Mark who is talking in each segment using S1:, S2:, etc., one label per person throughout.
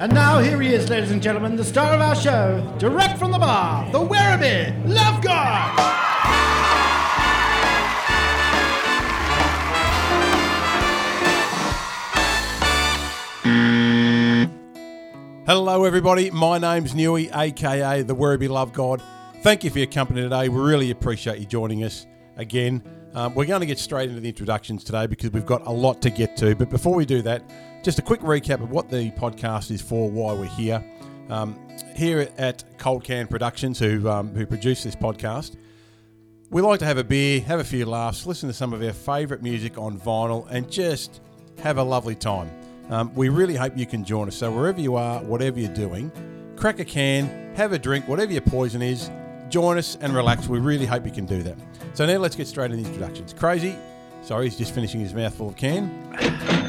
S1: And now here he is, ladies and gentlemen, the star of our show, direct from the bar, the Werribee, Love God.
S2: Hello, everybody. My name's Newey, aka the Werribee Love God. Thank you for your company today. We really appreciate you joining us again. Um, we're going to get straight into the introductions today because we've got a lot to get to. But before we do that, just a quick recap of what the podcast is for, why we're here. Um, here at Cold Can Productions, who um, who produce this podcast, we like to have a beer, have a few laughs, listen to some of our favourite music on vinyl, and just have a lovely time. Um, we really hope you can join us. So, wherever you are, whatever you're doing, crack a can, have a drink, whatever your poison is, join us and relax. We really hope you can do that. So, now let's get straight into the introductions. Crazy, sorry, he's just finishing his mouthful of can.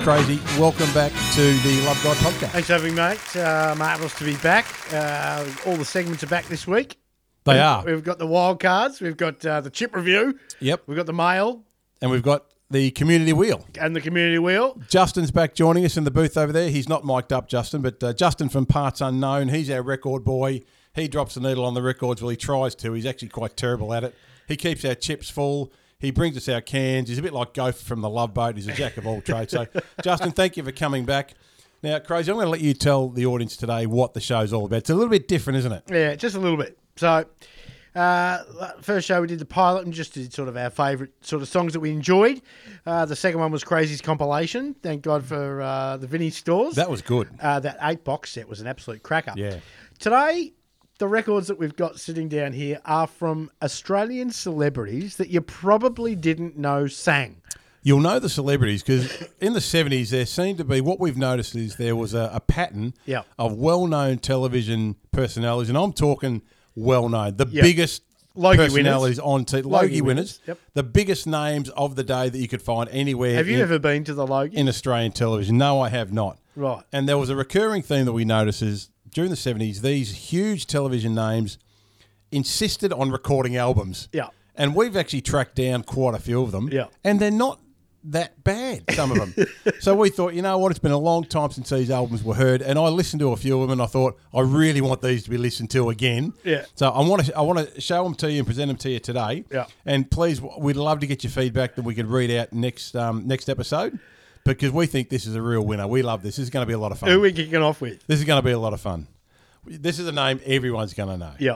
S2: Crazy, welcome back to the Love God podcast.
S1: Thanks for having me, mate. Uh, marvellous to be back. Uh, all the segments are back this week.
S2: They are.
S1: We've got the wild cards, we've got uh, the chip review,
S2: Yep.
S1: we've got the mail
S2: And we've got the community wheel.
S1: and the community wheel.
S2: Justin's back joining us in the booth over there. He's not mic'd up, Justin, but uh, Justin from Parts Unknown. He's our record boy. He drops the needle on the records. Well, he tries to. He's actually quite terrible at it. He keeps our chips full. He brings us our cans. He's a bit like Gopher from the Love Boat. He's a jack of all trades. So, Justin, thank you for coming back. Now, Crazy, I'm going to let you tell the audience today what the show's all about. It's a little bit different, isn't it?
S1: Yeah, just a little bit. So, uh, first show we did the pilot and just did sort of our favourite sort of songs that we enjoyed. Uh, the second one was Crazy's compilation. Thank God for uh, the Vinnie Stores.
S2: That was good.
S1: uh, that eight box set was an absolute cracker.
S2: Yeah.
S1: Today, the records that we've got sitting down here are from Australian celebrities that you probably didn't know sang.
S2: You'll know the celebrities because in the 70s, there seemed to be what we've noticed is there was a, a pattern
S1: Yeah.
S2: of well known television personalities. And I'm talking well known, the
S1: Yeah.
S2: biggest
S1: Logie winners.
S2: personalities on TV, Logie, winners,
S1: winners, yep.
S2: the biggest names of the day that you could find anywhere
S1: Have you
S2: in,
S1: ever been to the Logie?
S2: in Australian television. No, I have not.
S1: Right.
S2: And there was a recurring theme that we noticed is during the 70s, these huge television names insisted on recording albums.
S1: Yeah.
S2: And we've actually tracked down quite a few of them.
S1: Yeah.
S2: And they're not that bad, some of them. so we thought, you know what, it's been a long time since these albums were heard. And I listened to a few of them and I thought, I really want these to be listened to again.
S1: Yeah.
S2: So I want to I want to show them to you and present them to you today.
S1: Yeah.
S2: And please, w- we'd love to get your feedback that we could read out next um, next episode because we think this is a real winner. We love this. This is going to be a lot of fun.
S1: Who are we kicking off with?
S2: This is going to be a lot of fun. This is a name everyone's going to know.
S1: Yeah.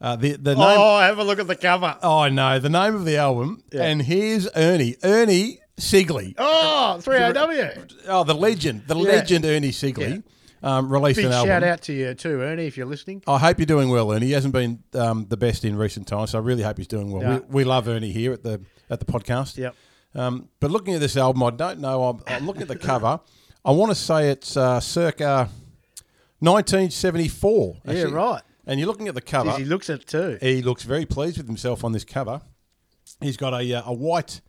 S2: Uh, the the name.
S1: Oh, have a look at the cover.
S2: Oh no, the name of the album. And here's Ernie. Ernie Sigley.
S1: Oh, 3AW.
S2: Oh, the legend. The legend Ernie Sigley um, released
S1: Big
S2: an album.
S1: shout out to you too, Ernie, if you're listening.
S2: I hope you're doing well, Ernie. He hasn't been um, the best in recent times, so I really hope he's doing well.
S1: Yeah.
S2: We, we love Ernie here at the at the podcast.
S1: Yep.
S2: Um, but looking at this album, I don't know. I'm, I'm looking at the cover. I want to say it's uh, circa 1974.
S1: Yeah,
S2: actually.
S1: right.
S2: And you're looking at the cover.
S1: Geez, he looks at it too.
S2: He looks very pleased with himself on this cover. He's got a, uh, a white,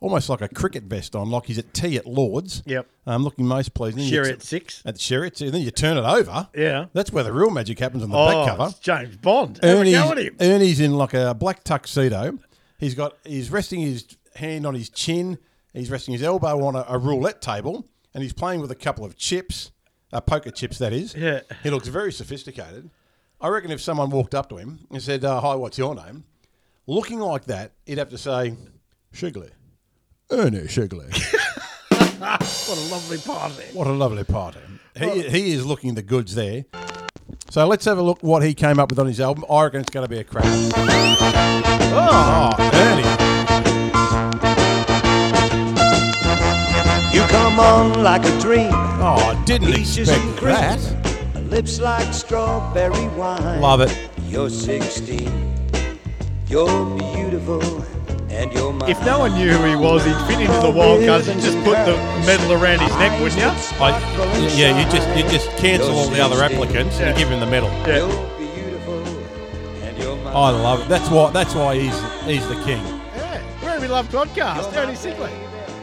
S2: almost like a cricket vest on, like he's at tea at Lord's.
S1: Yep.
S2: Um, looking most pleasing.
S1: Sherry at six.
S2: At Sherritt's. And then you turn it over.
S1: Yeah.
S2: That's where the real magic happens on the
S1: Oh,
S2: back cover.
S1: it's James Bond. Have a go at
S2: Ernie's,
S1: him.
S2: Ernie's in like a black tuxedo. He's got he's resting his hand on his chin. He's resting his elbow on a, a roulette table, and he's playing with a couple of chips, uh, poker chips that is.
S1: Yeah.
S2: He looks very sophisticated. I reckon if someone walked up to him and said, uh, "Hi, what's your name?" Looking like that, he'd have to say, "Shigley, Ernie Shigley."
S1: What a lovely party.
S2: what a lovely party. He, he is looking the goods there. So let's have a look what he came up with on his album. I reckon it's going to be a crack.
S1: Oh,
S2: Ernie.
S3: You come on like a dream,
S2: Oh, I didn't
S3: Peaches
S2: expect
S3: and cream.
S2: that.
S3: lips like strawberry wine.
S2: Love it.
S3: You're 16, you're beautiful, and you're mine.
S1: If no one knew who he was, he'd fit into the wild cards and just put the medal around his neck, wouldn't you?
S2: I, yeah, you just you just cancel all the other applicants and give him the medal.
S1: Yeah.
S3: You're beautiful, and you're
S1: Oh,
S3: mine.
S2: I love it. That's why that's why he's he's the king.
S1: Yeah. Where we love podcast.
S3: You're my
S1: Ernie Sigley.
S3: baby,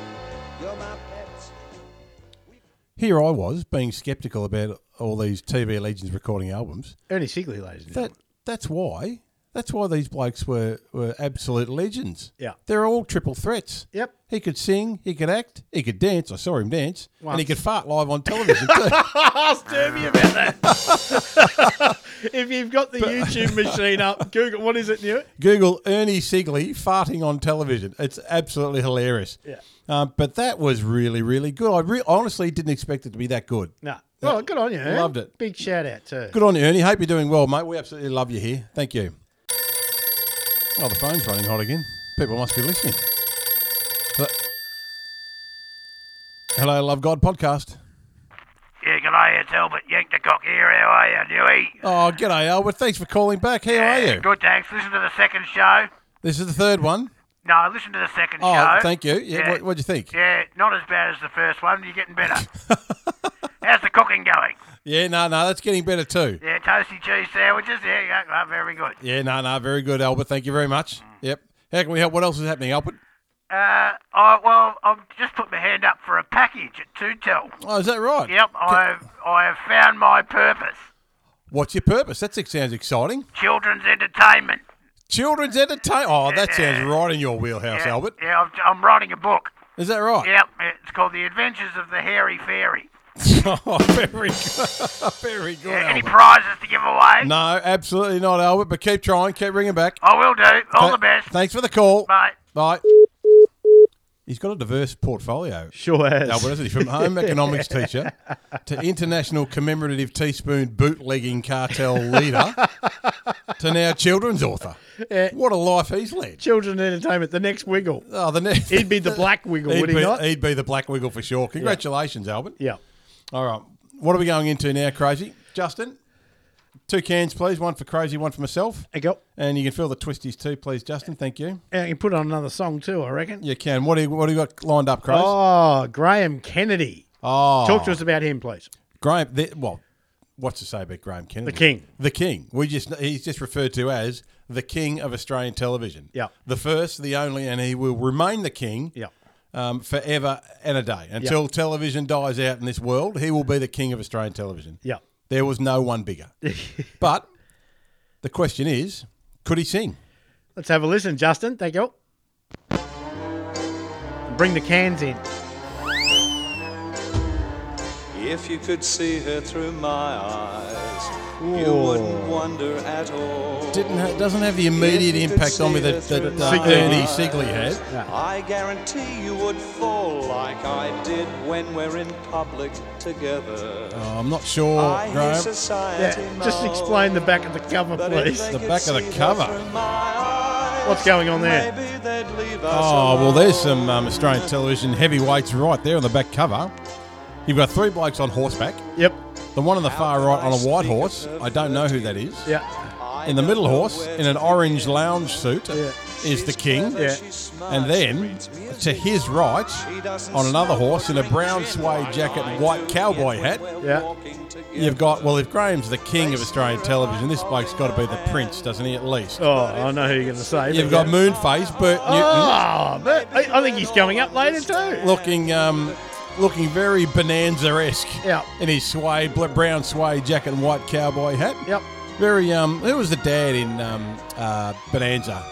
S3: You're my pet.
S2: Here I was being skeptical about all these TV legends recording albums.
S1: Ernie Sigley, ladies and
S2: That
S1: gentlemen.
S2: that's why That's why these blokes were, were absolute legends.
S1: Yeah.
S2: They're all triple threats.
S1: Yep.
S2: He could sing, he could act, he could dance. I saw him dance. And he
S1: Once.
S2: could fart live on television too.
S1: Ask Derby about that. if you've got the YouTube machine up, Google what is it, New?
S2: Google Ernie Sigley farting on television. It's absolutely hilarious.
S1: Yeah.
S2: Um, but that was really, really good. I re- honestly didn't expect it to be that good.
S1: No. Well, Oh, good on you. Ernie.
S2: Loved it.
S1: Big shout out too.
S2: Good on you, Ernie. Hope you're doing well, mate. We absolutely love you here. Thank you. Oh, the phone's running hot again. People must be listening. Hello, Hello Love God podcast.
S4: Yeah, g'day, it's Albert Yankovic here. How are you, Dewey?
S2: Oh, g'day, Albert. Thanks for calling back. How are you?
S4: Good, thanks. Listen to the second show.
S2: This is the third one.
S4: No, listen to the second
S2: Oh,
S4: show.
S2: thank you. Yeah, What, what'd you think?
S4: Yeah, not as bad as the first one. You're getting better. How's the cooking going?
S2: Yeah, no, no, that's getting better too.
S4: Yeah, toasty cheese sandwiches. Yeah, yeah, oh, very good.
S2: Yeah, no, no, very good, Albert. Thank you very
S4: Mm.
S2: much. Yep. How can we help? What else is happening, Albert?
S4: Uh, I, well, I've just put my hand up for a package at Tootel.
S2: Oh, is that right?
S4: Yep, I've, I have found my purpose.
S2: What's your purpose? That sounds exciting.
S4: Children's entertainment.
S2: Children's entertainment. Oh, that sounds right in your wheelhouse,
S4: Yeah,
S2: Albert.
S4: Yeah, I've, I'm writing a book.
S2: Is that right?
S4: Yep, it's called The Adventures of the Hairy Fairy.
S2: Oh, very good. very good,
S4: Any
S2: Albert.
S4: prizes to give away?
S2: No, absolutely not, Albert. But keep trying. Keep ringing back.
S4: I will do. All the
S2: Th-
S4: best.
S2: Thanks for the call.
S4: Bye.
S2: Bye. He's got a diverse portfolio.
S1: Sure has.
S2: Albert, isn't he? From home economics teacher to international commemorative teaspoon bootlegging cartel leader to now children's author. What a life he's led.
S1: Children entertainment. The next wiggle.
S2: Oh, the next.
S1: He'd be the black wiggle,
S2: He'd
S1: would he
S2: be,
S1: not?
S2: he'd be the black wiggle for sure. Congratulations, Albert.
S1: Yeah.
S2: All right. What are we going into now, Crazy? Justin, two cans, please. One for Crazy, one for myself.
S1: There you go.
S2: And you can fill the twisties too, please, Justin. Thank you.
S1: And you can put on another song too, I reckon.
S2: You can. What do you, what do you got lined up, Crazy?
S1: Oh, Graham Kennedy.
S2: Oh.
S1: Talk to us about him, please.
S2: Graham. The, well, what's to say about Graham Kennedy?
S1: The king.
S2: The king. We just he's just referred to as the king of Australian television.
S1: Yeah.
S2: The first, the only, and he will remain the king.
S1: Yeah.
S2: Um, forever and a day until television dies out in this world, he will be the king of Australian television.
S1: Yeah.
S2: There was no one bigger. but the question is, could he sing?
S1: Let's have a listen, Justin. Thank you. And bring the cans in.
S5: If you could see her through my eyes, you wouldn't wonder at all.
S2: Didn't ha- doesn't have the immediate
S5: If you could
S2: impact on me
S5: see her
S2: that, that
S5: through
S2: uh,
S5: my
S2: Ernie
S5: eyes,
S2: Sigley had.
S5: I guarantee you would fall like I did when we're in public together.
S2: Oh, I'm not sure,
S5: I hear
S2: Graham.
S1: Yeah.
S5: society
S1: Just
S5: moan,
S1: explain the back of the cover,
S5: but if
S1: please.
S5: they
S2: The
S5: could
S2: back of the
S5: see her
S2: cover.
S5: through my eyes,
S1: What's going on there?
S5: Maybe they'd leave us
S2: Oh, well, there's
S5: alone.
S2: some um, Australian television heavyweights right there on the back cover. You've got three blokes on horseback.
S1: Yep.
S2: The one on the far right on a white horse. I don't know who that is.
S1: Yeah.
S5: I
S2: In the middle
S5: don't know
S2: horse,
S5: where
S2: in
S5: to
S2: an orange lounge suit,
S1: Yeah.
S2: is the king.
S1: Yeah.
S2: And then to his right, on another horse in a brown suede jacket and white cowboy hat,
S1: Yeah.
S2: you've got, well, if Graham's the king of Australian television, this bloke's got to be the prince, doesn't he, at least?
S1: Oh, I know who you're going to say.
S2: You've got Moonface, Bert Newton.
S1: Oh, but I, I think he's going up later too.
S2: looking um, looking very bonanza-esque
S1: Yeah.
S2: in his suede, bl- brown suede jacket and white cowboy hat.
S1: Yep.
S2: Very, um, who was the dad in um, uh, Bonanza?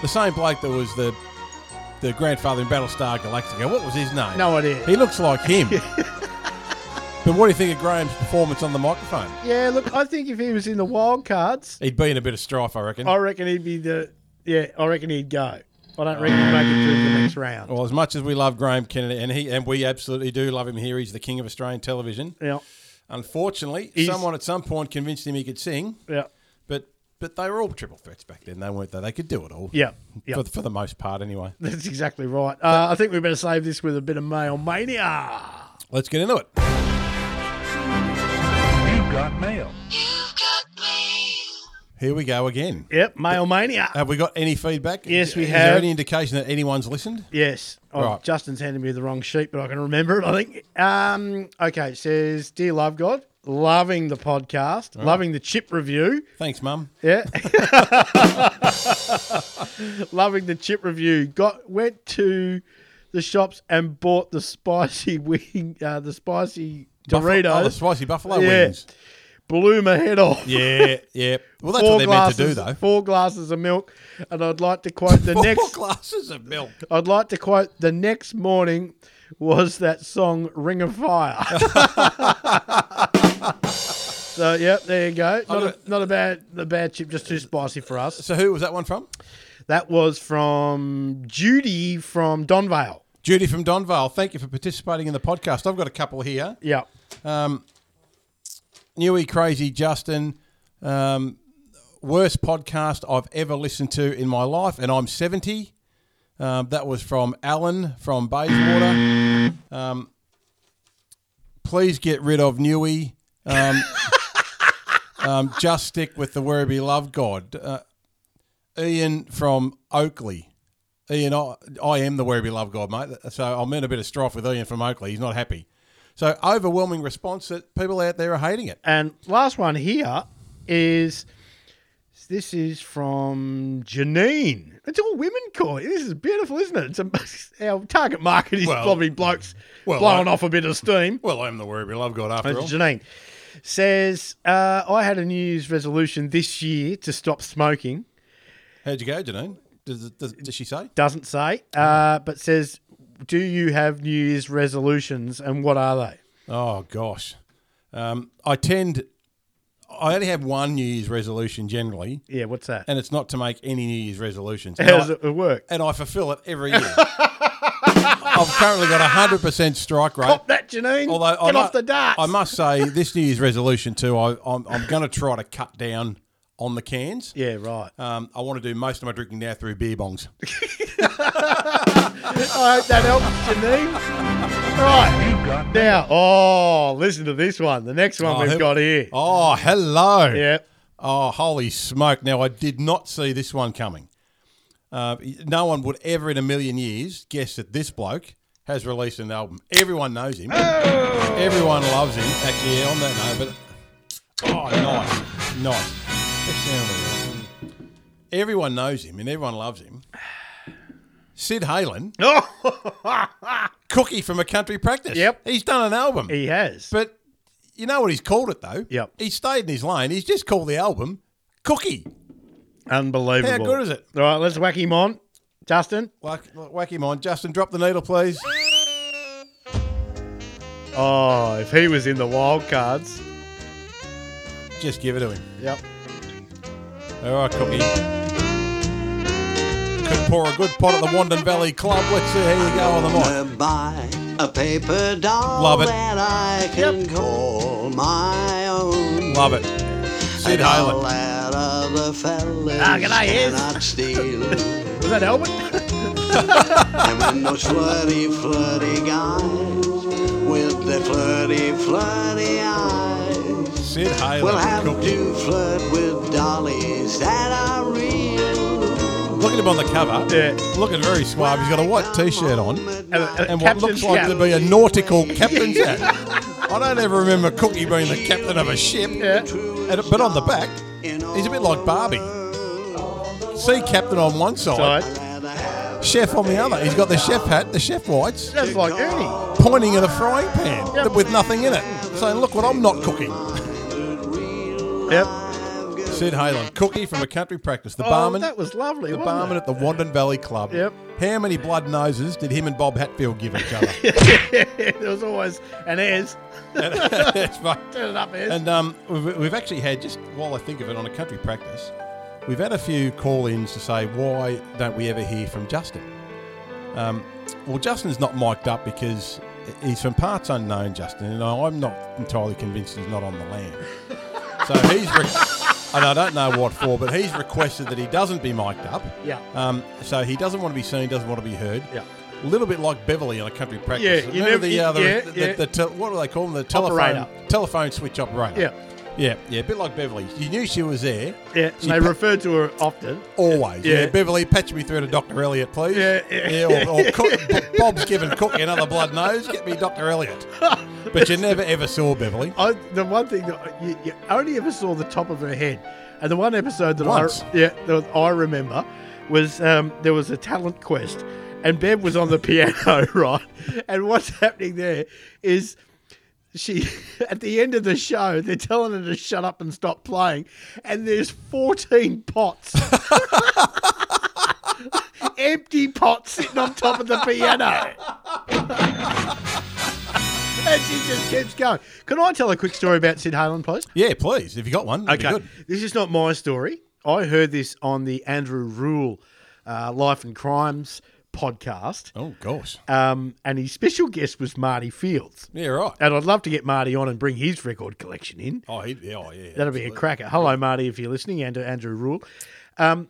S2: The same bloke that was the the grandfather in Battlestar Galactica. What was his name?
S1: No idea.
S2: He looks like him. but what do you think of Graham's performance on the microphone?
S1: Yeah, look, I think if he was in the wild cards,
S2: He'd be in a bit of strife, I reckon.
S1: I reckon he'd be the. Yeah, I reckon he'd go. I don't reckon he'd make it through the next round.
S2: Well, as much as we love Graham Kennedy, and he and we absolutely do love him here, he's the king of Australian television.
S1: Yeah,
S2: Unfortunately,
S1: He's-
S2: someone at some point convinced him he could sing,
S1: yeah,
S2: but but they were all triple threats back then. They weren't they? They could do it all.
S1: yeah, yeah.
S2: For, for the most part, anyway.
S1: That's exactly right. Uh, I think we better save this with a bit of male mania.
S2: Let's get into it. Here we go again.
S1: Yep, male mania.
S2: Have we got any feedback?
S1: Yes, we
S2: Is there
S1: have.
S2: any indication that anyone's listened?
S1: Yes. Oh,
S2: Right.
S1: Justin's handed me the wrong sheet, but I can remember it, I think. Um, okay, it says, Dear Love God, loving the podcast, loving the chip review.
S2: Thanks, Mum.
S1: Yeah. Loving the chip review. Got went to the shops and bought the spicy wing, uh, the spicy
S2: Buffalo-
S1: Doritos.
S2: oh, the spicy buffalo
S1: Yeah.
S2: wings.
S1: blew my head off.
S2: oh, Yeah, yeah. Well, that's
S1: four
S2: what they're
S1: glasses,
S2: meant to do, though.
S1: Four glasses of milk, and I'd like to quote the
S2: Four
S1: next.
S2: glasses of milk.
S1: I'd like to quote the next morning was that song "Ring of Fire." so yep, there you go. Not a,
S2: got-
S1: not a bad a bad chip, just too spicy for us.
S2: So who was that one from?
S1: That was from Judy from Donvale.
S2: Judy from Donvale. Thank you for participating in the podcast. I've got a couple here.
S1: Yep.
S2: Newy Crazy Justin, um, worst podcast I've ever listened to in my life, and I'm 70. Um, that was from Alan from Bayswater. Um, please get rid of Newy. Um, um, just stick with the Werribee Love God. Uh, Ian from Oakley. Ian, I, I am the Werribee Love God, mate. So I'm in a bit of strife with Ian from Oakley. He's not happy. So overwhelming response that people out there are hating it.
S1: And last one here is this is from Janine. It's all women calling. This is beautiful, isn't it? It's a, our target market is
S2: Well-
S1: probably blokes
S2: well,
S1: blowing
S2: I-
S1: off a bit of steam.
S2: Well, I'm the worry I've got after all.
S1: That's Janine says, uh, I had a New Year's resolution this year to stop smoking.
S2: How'd you go, Janine? Does, does, does she say?
S1: Doesn't say, uh, but says, Do you have New Year's resolutions and what are they?
S2: Oh gosh, um, I tend. I only have one New Year's resolution generally,
S1: Yeah, what's that?
S2: and it's not to make any New Year's resolutions.
S1: How
S2: And
S1: does
S2: I-
S1: it work?
S2: and I fulfil it every year. I've currently got a hundred percent strike rate.
S1: Pop that, Janine.
S2: Although
S1: Get
S2: I mu-
S1: off the darts.
S2: I must say, this New Year's resolution too. I, I'm, I'm going to try to cut down on the cans.
S1: yeah, right.
S2: Um, I want to do most of my drinking now through beer bongs.
S1: I hope that helps, Janine. Right. Now, oh, listen to this one. The next one
S2: Oh,
S1: we've
S2: who-
S1: got here.
S2: Oh, hello.
S1: Yeah.
S2: Oh, holy smoke. Now, I did not see this one coming. Uh, no one would ever in a million years guess that this bloke has released an album. Everyone knows him.
S1: Oh!
S2: Everyone loves him. Actually, yeah, on that note, but oh, nice, nice. That sounded right. Everyone knows him and everyone loves him. Sid Halen,
S1: Oh!
S2: Cookie from a Country Practice.
S1: Yep.
S2: he's done an album.
S1: He has.
S2: But you know what he's called it though.
S1: Yep.
S2: He stayed in his lane. He's just called the album Cookie.
S1: Unbelievable.
S2: How good is it?
S1: All right, let's whack him on. Justin.
S2: Whack, whack him on, Justin. Drop the needle, please.
S1: Oh, if he was in the wild cards.
S2: Just give it to him.
S1: Yep.
S2: All right, Cookie. Could pour a good pot at the Wandon Valley Club. Let's see how you go on the night.
S3: Buy a paper doll
S2: Love it.
S3: that I can call my own.
S2: Love it. Sid
S3: A
S2: Halen.
S3: doll that other fellas
S1: Ah, g'day, yes.
S3: cannot steal.
S1: Was that Elwin?
S3: and when those flirty, flirty guys with their flirty, flirty eyes
S2: Sid
S3: will
S2: Halen.
S3: have
S2: Cookie.
S3: to flirt with dollies that are real.
S2: Look at him on the cover.
S1: Yeah.
S2: Looking very suave. He's got a white t-shirt on
S1: And, uh,
S2: and what
S1: Captain's
S2: looks like
S1: cap.
S2: to be a nautical captain's hat. I don't ever remember Cookie being the captain of a ship.
S1: Yeah.
S2: And, but on the back, he's a bit like Barbie. Sea captain on one side,
S1: Right.
S2: chef on the other. He's got the chef hat, the chef whites,
S1: That's like Ernie.
S2: pointing at a frying pan th- with nothing in it, saying, "Look what I'm not cooking."
S1: Yep.
S2: Sid Halen, Cookie from a country practice, the
S1: Oh,
S2: barman,
S1: that was lovely.
S2: the
S1: wasn't
S2: barman
S1: it?
S2: at the Wandon Valley Club.
S1: Yep.
S2: How many blood noses did him and Bob Hatfield give each other?
S1: there was always an airs.
S2: That's right.
S1: Turn it up, airs.
S2: And um, we've, we've actually had, just while I think of it, on a country practice, we've had a few call ins to say, why don't we ever hear from Justin? Um, well, Justin's not mic'd up because he's from parts unknown, Justin, and I'm not entirely convinced he's not on the land. So he's. Re- and I don't know what for, but he's requested that he doesn't be mic'd up.
S1: Yeah.
S2: Um, so he doesn't want to be seen, doesn't want to be heard.
S1: Yeah.
S2: A little bit like Beverly on a country practice.
S1: Yeah, you never-
S2: Remember the,
S1: you-
S2: uh, the,
S1: yeah,
S2: the-
S1: yeah.
S2: the tel- what do they call them? The telephone
S1: Operator.
S2: telephone switch operator.
S1: Yeah.
S2: Yeah, yeah, a bit like Beverly. You knew she was there
S1: yeah. And
S2: She
S1: they
S2: pa-
S1: referred to her often.
S2: always. Yeah.
S1: Yeah.
S2: Beverly, patch me through to Dr. Elliot, please.
S1: Yeah, yeah.
S2: or, or Cook, B- Bob's giving Cookie another blood nose. Get me Dr. Elliot. But you never ever saw Beverly.
S1: I, the one thing that you, you only ever saw the top of her head, and the one episode that
S2: Once.
S1: I yeah that I remember was um, there was a talent quest, and Bev was on the piano right, and what's happening there is she at the end of the show they're telling her to shut up and stop playing and there's 14 pots empty pots sitting on top of the piano and she just keeps going can i tell a quick story about sid halen please
S2: Yeah, please. If you got one, that'd be good.
S1: this is not my story. I heard this on the Andrew Rule uh, Life and Crimes podcast,
S2: Oh gosh.
S1: um, and his special guest was Marty Fields.
S2: Yeah, right.
S1: And I'd love to get Marty on and bring his record collection in.
S2: Oh, he, yeah, oh, yeah.
S1: That'll be a cracker. Hello, Marty, if you're listening, and to Andrew Rule. Um,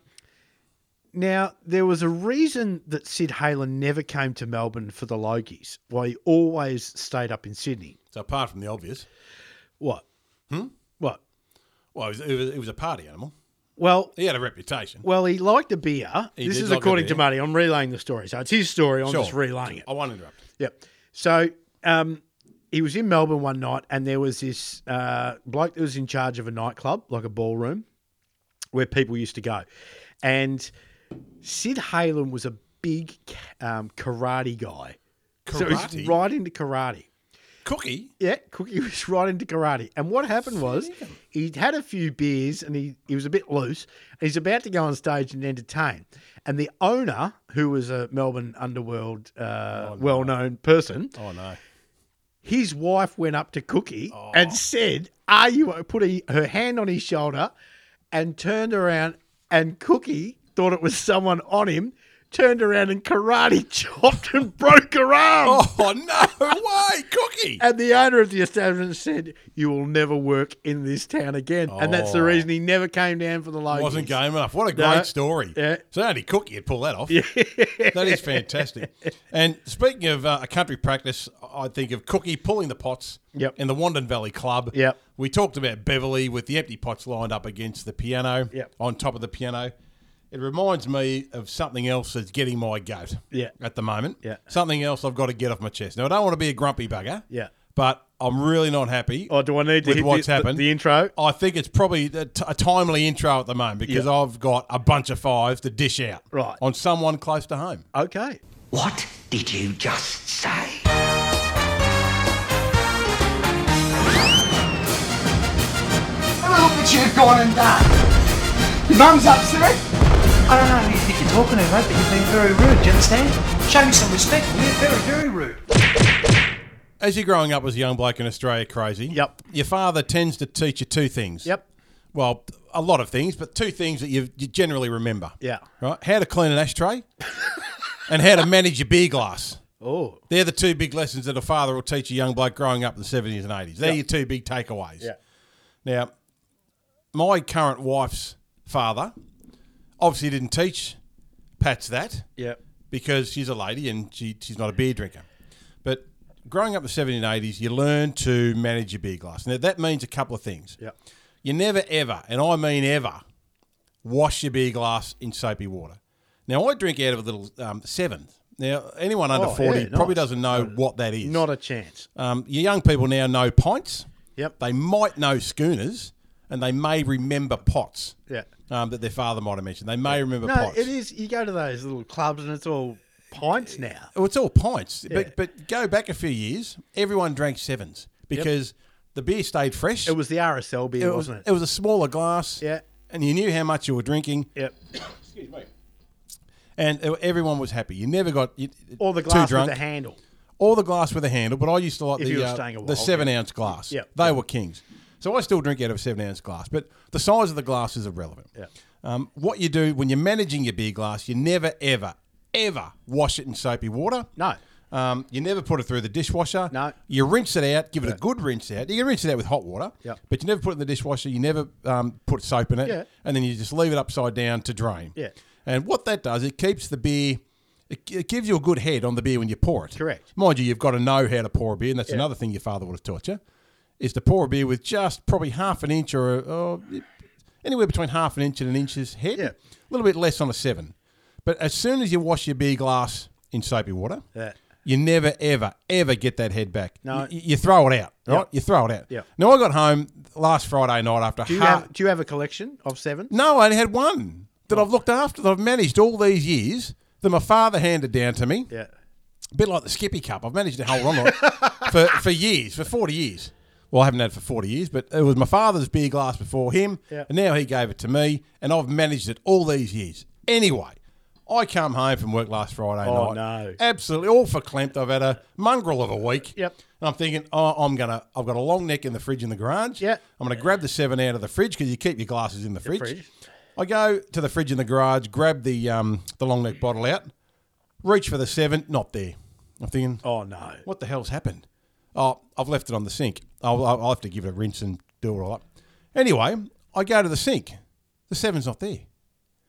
S1: now, there was a reason that Sid Halen never came to Melbourne for the Logies, why he always stayed up in Sydney.
S2: So apart from the obvious,
S1: What? Hmm? What?
S2: well, he was, he was, he was a party animal.
S1: Well,
S2: He had a reputation.
S1: Well, he liked a beer.
S2: He
S1: this
S2: did
S1: is
S2: like a
S1: according to
S2: beer.
S1: Marty. I'm relaying the story. So it's his story. I'm just relaying it.
S2: I won't interrupt.
S1: Yep. So um, he was in Melbourne one night, and there was this uh, bloke that was in charge of a nightclub, like a ballroom, where people used to go. And Sid Halen was a big um, karate guy. So
S2: Karate?
S1: he's right into karate.
S2: Cookie.
S1: Yeah, Cookie was right into karate. And what happened was he'd had a few beers and he, he was a bit loose. And he's about to go on stage and entertain. And the owner, who was a Melbourne underworld uh, well known person,
S2: Oh no.
S1: his wife went up to Cookie and said, Are you put a, her hand on his shoulder and turned around and Cookie thought it was someone on him, turned around and karate chopped and broke her arm.
S2: Oh no way, Cookie.
S1: And the owner of the establishment said, "You will never work in this town again," and that's the
S2: Oh.
S1: reason he never came down for the Logies.
S2: Wasn't game enough. What a
S1: No.
S2: great story.
S1: Yeah.
S2: So only Cookie would pull that off. that is fantastic. And speaking of uh, a country practice, I think of Cookie pulling the pots
S1: Yep.
S2: in the Wandon Valley Club.
S1: Yep.
S2: We talked about Beverly with the empty pots lined up against the piano,
S1: Yep.
S2: on top of the piano. It reminds me of something else that's getting my goat
S1: Yeah.
S2: at the moment.
S1: Yeah.
S2: Something else I've got to get off my chest. Now, I don't want to be a grumpy bugger.
S1: Yeah.
S2: But I'm really not happy.
S1: Oh, do I need to
S2: with
S1: hit
S2: what's
S1: the,
S2: happened?
S1: The, the intro?
S2: I think it's probably a, t- a timely intro at the moment because
S1: Yeah.
S2: I've got a bunch of fives to dish out
S1: Right.
S2: on someone close to home.
S1: Okay.
S6: What did you just say?
S7: I hope that you've gone and done. Your mum's upset.
S6: I don't know who you think you're talking to, mate, but you've been very rude, do you understand? Show me some respect, you're very, very rude.
S2: As you're growing up as a young bloke in Australia, crazy.
S1: Yep.
S2: Your father tends to teach you two things.
S1: Yep.
S2: Well, a lot of things, but two things that you, you generally remember.
S1: Yeah.
S2: Right. How to clean an ashtray, and how to manage your beer glass.
S1: Oh,
S2: They're the two big lessons that a father will teach a young bloke growing up in the 70s and 80s. They're your two big takeaways.
S1: Yeah.
S2: Now, my current wife's father obviously didn't teach Pat's that
S1: yeah.
S2: because she's a lady and she, she's not a beer drinker. But growing up in the 70s and 80s, you learn to manage your beer glass. Now, that means a couple of things.
S1: Yeah.
S2: You never ever, and I mean ever, wash your beer glass in soapy water. Now, I drink out of a little um, seventh. Now, anyone under
S1: Oh,
S2: 40
S1: yeah,
S2: probably
S1: nice.
S2: doesn't know what that is.
S1: Not a chance.
S2: um, your young people now know pints.
S1: Yep.
S2: They might know schooners, and they may remember pots.
S1: Yeah.
S2: Um, that their father might have mentioned. They may remember
S1: No,
S2: pots.
S1: it is. You go to those little clubs and it's all pints now.
S2: Well, it's all pints.
S1: Yeah.
S2: But but go back a few years, everyone drank sevens because the beer stayed fresh.
S1: It was the RSL beer,
S2: it was,
S1: wasn't it?
S2: it was a smaller glass.
S1: Yeah.
S2: And you knew how much you were drinking,
S1: Yep.
S2: and e- everyone was happy. You never got you,
S1: Or the glass
S2: too drunk.
S1: with the handle.
S2: or the glass with a handle. But I used to like
S1: If
S2: the
S1: you were
S2: uh,
S1: staying a while,
S2: the seven
S1: yeah.
S2: ounce glass.
S1: Yeah.
S2: they were kings. So I still drink out of a seven ounce glass, but the size of the glass is irrelevant.
S1: Yeah.
S2: Um, what you do when you're managing your beer glass, you never ever ever wash it in soapy water.
S1: No.
S2: Um, you never put it through the dishwasher.
S1: No.
S2: You rinse it out, give it a good rinse out. You can rinse it out with hot water.
S1: Yep.
S2: But you never put it in the dishwasher. You never um, put soap in it.
S1: Yeah.
S2: And then you just leave it upside down to drain.
S1: Yeah.
S2: And what that does, it keeps the beer. It, it gives you a good head on the beer when you pour it.
S1: Correct.
S2: Mind you, you've got to know how to pour a beer, and that's another thing your father would have taught you, is to pour a beer with just probably half an inch or, or anywhere between half an inch and an inch's head.
S1: Yeah.
S2: A little bit less on a seven. But as soon as you wash your beer glass in soapy water,
S1: Yeah.
S2: you never, ever, ever get that head back.
S1: No.
S2: Y- You, throw it out, right? You throw it out.
S1: Yeah.
S2: Now, I got home last Friday night after
S1: Do you
S2: har-
S1: have Oh. Do you have a collection of seven?
S2: no, I only had one that I've looked after, that I've managed all these years, that my father handed down to me.
S1: Yeah.
S2: a bit like the Skippy Cup. I've managed to hold on to it for, for years, for 40 years. Well, I haven't had it for 40 years, but it was my father's beer glass before him,
S1: Yeah.
S2: and now he gave it to me, and I've managed it all these years. Anyway, I come home from work last Friday
S1: Oh,
S2: night.
S1: no.
S2: Absolutely all for clamped. I've had a mongrel of a week.
S1: Yep.
S2: And I'm thinking, oh, I'm gonna, I've got a long neck in the fridge in the garage.
S1: Yeah.
S2: I'm gonna grab the seven out of the fridge because you keep your glasses in the fridge.
S1: fridge.
S2: I go to the fridge in the garage, grab the um, the long neck bottle out, reach for the seven, not there. I'm thinking,
S1: Oh no.
S2: what the hell's happened? Oh, I've left it on the sink. I'll, I'll I'll have to give it a rinse and do it all up. Anyway, I go to the sink. The seven's not there.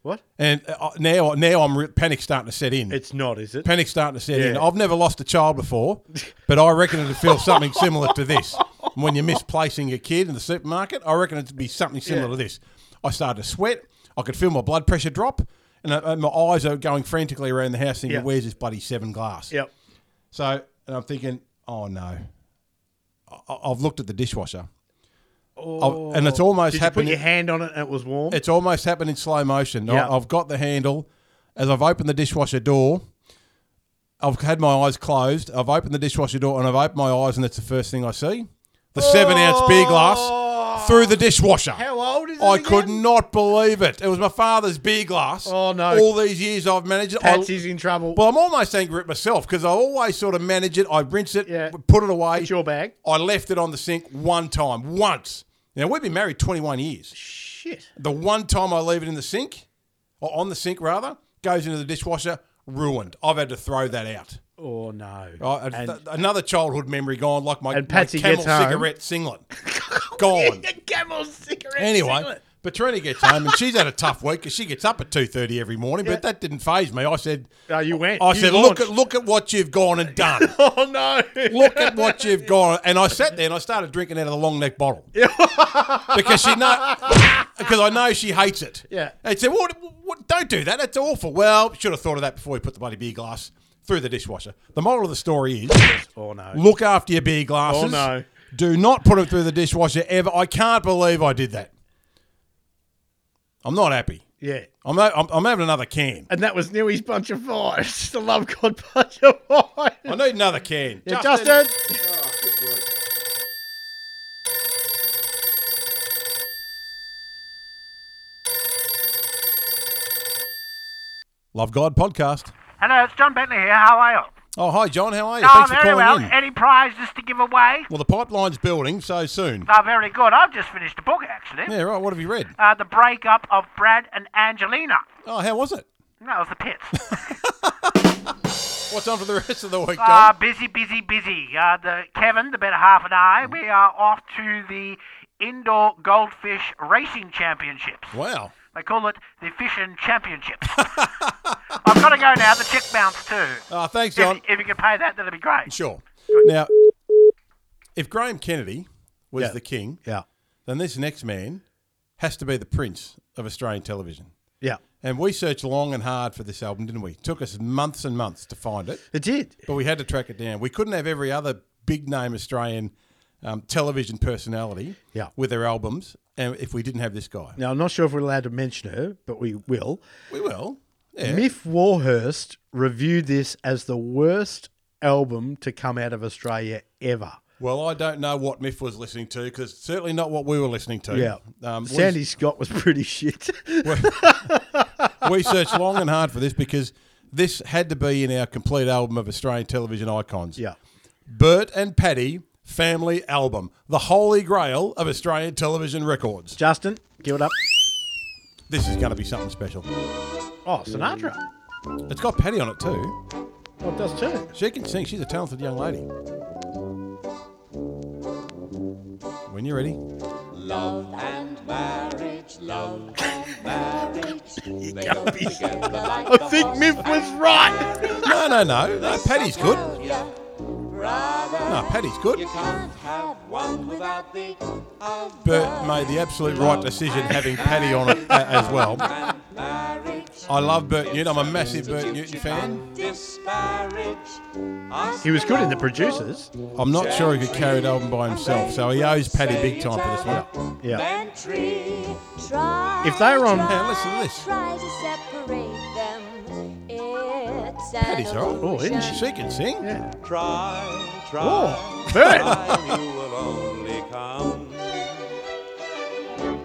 S1: What?
S2: And uh, now, now I'm re- panic starting to set in.
S1: It's not, is it?
S2: Panic starting to set in.
S1: Yeah.
S2: I've never lost a child before, but I reckon it'd feel something similar to this. When you're misplacing a kid in the supermarket, I reckon it'd be something similar to this. I started to sweat. I could feel my blood pressure drop, and, uh, and my eyes are going frantically around the house thinking,
S1: Yeah.
S2: where's this bloody seven glass?
S1: yep.
S2: So, and I'm thinking, oh no. I- I've looked at the dishwasher. I've- and it's almost
S1: Oh. Did you put
S2: happening.
S1: your hand on it and it was warm?
S2: It's almost happened in slow motion. I-
S1: Yeah.
S2: I've got the handle. As I've opened the dishwasher door, I've had my eyes closed. I've opened the dishwasher door and I've opened my eyes, and that's the first thing I see the seven ounce beer
S1: Oh,
S2: glass through the dishwasher.
S1: How old is it?
S2: I
S1: again?
S2: could not believe it. It was my father's beer glass.
S1: Oh, no.
S2: All these years I've managed it. I-
S1: Patsy's in trouble.
S2: well, I'm almost angry at myself because I always sort of manage it. I rinse it,
S1: Yeah.
S2: put it away.
S1: It's your bag.
S2: I left it on the sink one time, once. Now we've been married 21 years.
S1: Shit.
S2: The one time I leave it in the sink, or on the sink rather, goes into the dishwasher, ruined. I've had to throw that out.
S1: Oh no.
S2: Right, and
S1: and,
S2: th- another childhood memory gone, like my,
S1: And
S2: my
S1: Patsy
S2: camel
S1: gets home.
S2: cigarette singlet. gone.
S1: camel cigarette.
S2: Anyway,
S1: singlet.
S2: Petrina gets home and she's had a tough week because she gets up at two thirty every morning. But that didn't phase me. I said,
S1: No, you went.
S2: I
S1: You
S2: said,
S1: launched.
S2: look at look at what you've gone and done.
S1: Oh no.
S2: look at what you've gone. And I sat there and I started drinking out of the long neck bottle because she know because I know she hates it.
S1: Yeah.
S2: And said, "What? What? Don't do that. That's awful." Well, should have thought of that before you put the bloody beer glass through the dishwasher. The moral of the story is:
S1: Oh no.
S2: look after your beer glasses.
S1: Oh, no.
S2: Do not put them through the dishwasher ever. I can't believe I did that. I'm not happy.
S1: Yeah.
S2: I'm, I'm, I'm having another can.
S1: And that was Newy's bunch of fives. The love god bunch of fives.
S2: I need another can.
S1: Yeah,
S2: Justin.
S1: Justin.
S2: Love God podcast.
S4: Hello, it's John Bentley here. How are you?
S2: Oh, hi, John. How are you?
S4: Oh,
S2: Thanks for
S4: very
S2: calling
S4: well.
S2: in.
S4: Any prizes to give away?
S2: Well, the pipeline's building, so soon.
S4: Oh, very good. I've just finished a book, actually.
S2: Yeah, right. What have you read?
S4: Uh, the breakup of Brad and Angelina.
S2: Oh, how was it?
S4: That was the pits.
S2: What's on for the rest of the week,
S4: Ah,
S2: John?
S4: busy, busy, busy. Uh, the Kevin, the better half, and I, we are off to the indoor goldfish racing championships.
S2: Wow.
S4: They call it the fishing championships. I've got to go now. The check bounced too.
S2: Oh, thanks,
S4: If,
S2: John.
S4: if you could pay that, that'd be great.
S2: Sure. Now, if Graham Kennedy was
S1: Yeah.
S2: the king,
S1: Yeah.
S2: then this next man has to be the prince of Australian television.
S1: Yeah.
S2: And we searched long and hard for this album, didn't we? It took us months and months to find it,
S1: It did.
S2: but we had to track it down. We couldn't have every other big name Australian um, television personality
S1: Yeah.
S2: with their albums and if we didn't have this guy.
S1: Now I'm not sure if we're allowed to mention her, but we will.
S2: We will. Yeah.
S1: Miff Warhurst reviewed this as the worst album to come out of Australia ever.
S2: Well, I don't know what Miff was listening to because certainly not what we were listening to.
S1: Yeah.
S2: Um, we-
S1: Sandy Scott was pretty shit.
S2: we searched long and hard for this because this had to be in our complete album of Australian television icons.
S1: yeah.
S2: Bert and Patty family album, the holy grail of Australian television records.
S1: Justin, give it up.
S2: This is going to be something special.
S1: Oh, Sinatra.
S2: It's got Patty on it too.
S1: Oh, it does too.
S2: She can sing. She's a talented young lady. When you're ready.
S5: Love and marriage, love and marriage. They go together like
S1: I think Miff was right.
S2: No, no, no. No, Patty's good. No, Patty's good.
S5: can't have one without the
S2: Bert made the absolute right decision having Patty on it uh, as well. I love Bert Newton. I'm a massive Bert Newton fan.
S5: disparage.
S1: He was good in the producers.
S2: I'm not sure he could carry it album by himself, so he owes Patty big time for this one.
S1: Yeah.
S8: If
S1: If they were on-
S2: Hey, listen to this.
S8: Try to separate them. It's
S2: Patty's all right.
S1: Oh, isn't she?
S2: She can sing.
S1: Yeah.
S5: Try, try,
S1: Oh, Bert.
S5: try, you will only come.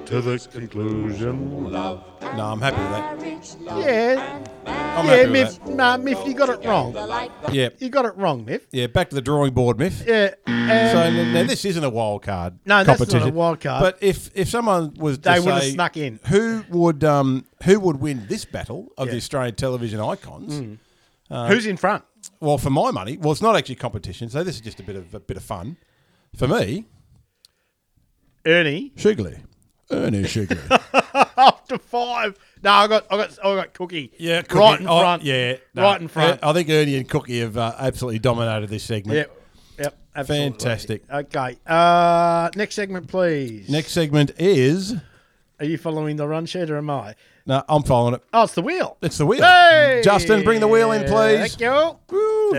S1: to the conclusion.
S2: No, I'm happy with that.
S1: Yeah,
S2: I'm
S1: yeah,
S2: happy with
S1: Miff. Nah, Miff, you got it wrong.
S2: that. Yeah,
S1: You got it wrong, Miff.
S2: yeah. Back to the drawing board, Miff.
S1: Yeah. um,
S2: So n- now this isn't a wild card.
S1: No, that's not a
S2: competition.
S1: wild card.
S2: But if if someone was to
S1: They would've
S2: say,
S1: snuck in.
S2: who would um who would win this battle of the
S1: Yeah. Mm.
S2: Australian television icons?
S1: who's in front?
S2: Well, for my money, well, it's not actually competition. So this is just a bit of a bit of fun for me.
S1: Ernie.
S2: Shigley, Ernie Shigley.
S1: Up to five. No, I got, I got, I got Cookie.
S2: yeah,
S1: right
S2: Cookie.
S1: in
S2: Oh,
S1: front.
S2: yeah, no.
S1: right in front.
S2: I think Ernie and Cookie have uh, absolutely dominated this segment.
S1: Yep. Yep. Absolutely.
S2: Fantastic.
S1: Okay. Uh, next segment, please.
S2: Next segment is
S1: Are you following the run sheet or am I?
S2: no, I'm following it.
S1: Oh, it's the wheel.
S2: It's the wheel.
S1: Hey!
S2: Justin, bring the wheel in, please.
S1: Thank you.
S2: Woo.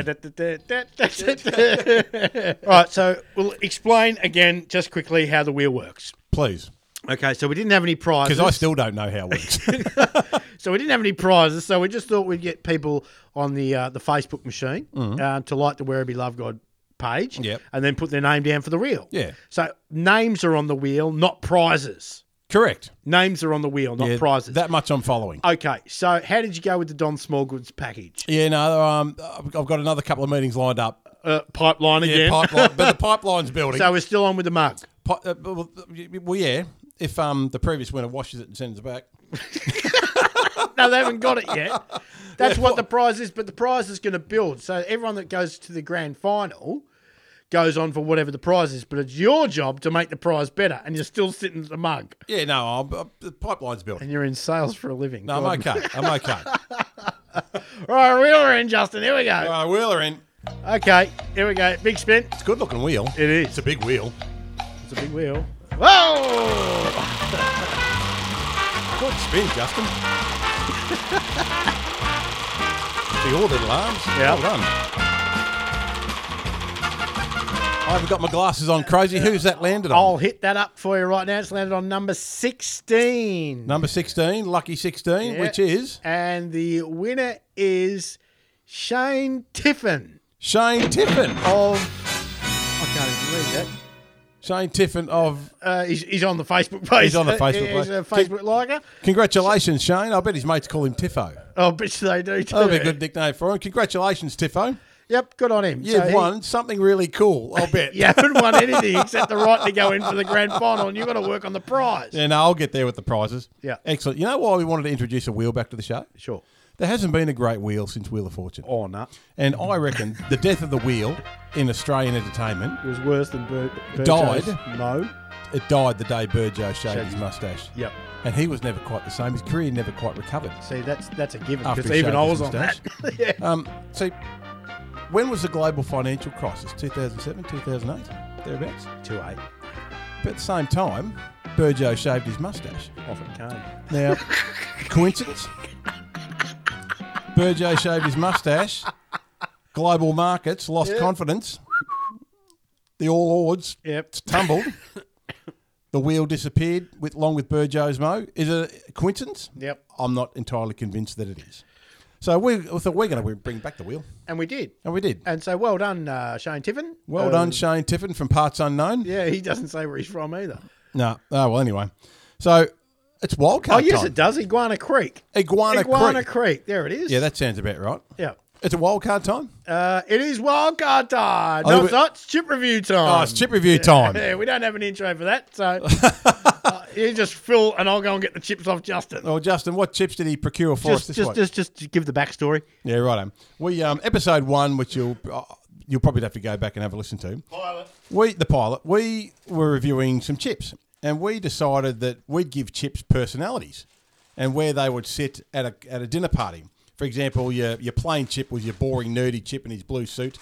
S1: right, so we'll explain again just quickly how the wheel works.
S2: Please,
S1: Okay, so we didn't have any prizes.
S2: because I still don't know how it works.
S1: So we didn't have any prizes, so we just thought we'd get people on the uh, the Facebook machine uh, to like the Werribee Love God page,
S2: Mm-hmm. Yep.
S1: and then put their name down for the wheel.
S2: Yeah.
S1: So names are on the wheel, not prizes.
S2: Correct.
S1: Names are on the wheel, not
S2: Yeah,
S1: prizes.
S2: That much I'm following.
S1: okay, so how did you go with the Don Smallgoods package?
S2: Yeah, no, um, I've I've got another couple of meetings lined up.
S1: Uh, pipeline
S2: Yeah,
S1: again.
S2: pipeline, but the pipeline's building.
S1: so we're still on with the mug.
S2: Pi- uh, well, well, yeah. If um the previous winner washes it and sends it back,
S1: No, they haven't got it yet. That's what the prize is, but the prize is going to build. So everyone that goes to the grand final goes on for whatever the prize is, but it's your job to make the prize better, and you're still sitting at the mug,
S2: yeah, no, I'm, uh, the pipeline's building.
S1: and you're in sales for a living.
S2: No,
S1: God.
S2: I'm okay. I'm okay.
S1: All right, wheel her in, Justin. Here we go.
S2: All right, wheel her Uh, in.
S1: Okay, here we go. Big spin.
S2: It's a good looking wheel.
S1: It is.
S2: It's a big wheel.
S1: It's a big wheel. Whoa!
S2: Good spin, Justin. the all little arms.
S1: Yeah.
S2: Well done. I haven't got my glasses on. Crazy. Who's that landed on?
S1: I'll hit that up for you right now. It's landed on number 16.
S2: Number 16, Lucky 16,
S1: Yeah.
S2: which is
S1: And the winner is Shane Tiffin
S2: Shane Tiffin.
S1: of. I can't even read that.
S2: Shane Tiffin of.
S1: Uh, he's, he's on the Facebook page.
S2: He's on the
S1: Uh,
S2: Facebook
S1: He's
S2: page.
S1: a Facebook liker.
S2: Congratulations, Shane. I bet his mates call him Tiffo.
S1: Oh, bitch, they do too.
S2: That'll be a good nickname for him. Congratulations, Tiffo.
S1: Yep, good on him.
S2: You've
S1: So he-
S2: won something really cool, I'll bet.
S1: you haven't won anything except the right to go in for the grand final, and you've got to work on the prize.
S2: Yeah, no, I'll get there with the prizes.
S1: Yeah.
S2: Excellent. You know why we wanted to introduce a wheel back to the show?
S1: Sure.
S2: There hasn't been a great wheel since Wheel of Fortune.
S1: Oh, no.
S2: And I reckon the death of the wheel in Australian entertainment,
S1: It was worse than Bur-
S2: Died.
S1: No.
S2: it died the day Burjo shaved his
S1: Shaved.
S2: mustache.
S1: Yep.
S2: And he was never quite the same. His career never quite recovered.
S1: See, that's that's a given
S2: After
S1: because
S2: he
S1: even I was
S2: shaved his
S1: on that. yeah.
S2: Um, see, when was the global financial crisis? 2007, 2008, thereabouts.
S1: Two eight.
S2: But at the same time, Burjo shaved his mustache.
S1: Off it came.
S2: Now, coincidence? Burjo shaved his mustache. Global markets lost confidence. The all odds
S1: Yep.
S2: tumbled. the wheel disappeared with along with Burjo's mo. Is it a coincidence?
S1: Yep.
S2: I'm not entirely convinced that it is. So we, we thought we're going to bring back the wheel,
S1: And we did.
S2: and we did.
S1: And so well done, uh, Shane Tiffin.
S2: Well
S1: Uh,
S2: done, Shane Tiffin from Parts Unknown.
S1: Yeah, he doesn't say where he's from either.
S2: No. Oh well. Anyway, so it's wildcard.
S1: Oh, yes,
S2: time.
S1: it does. Iguana Creek.
S2: Iguana,
S1: Iguana
S2: Creek.
S1: Creek. There it is.
S2: Yeah, that sounds about right.
S1: Yeah.
S2: It's a wildcard time.
S1: Uh, it is wildcard time.
S2: I think
S1: No,
S2: we-
S1: it's not. It's chip review time.
S2: oh, it's chip review time.
S1: Yeah, we don't have an intro for that, so uh, you just fill, and I'll go and get the chips off Justin.
S2: Well, Justin, what chips did he procure for us
S1: just,
S2: Oh, this
S1: just,
S2: week?
S1: just, just, to give the backstory.
S2: Yeah, right. We um, episode one, which you'll uh, you'll probably have to go back and have a listen to.
S1: Pilot.
S2: We the pilot. We were reviewing some chips, and we decided that we'd give chips personalities, and where they would sit at a at a dinner party. For example, your your plain chip was your boring nerdy chip in his blue suit.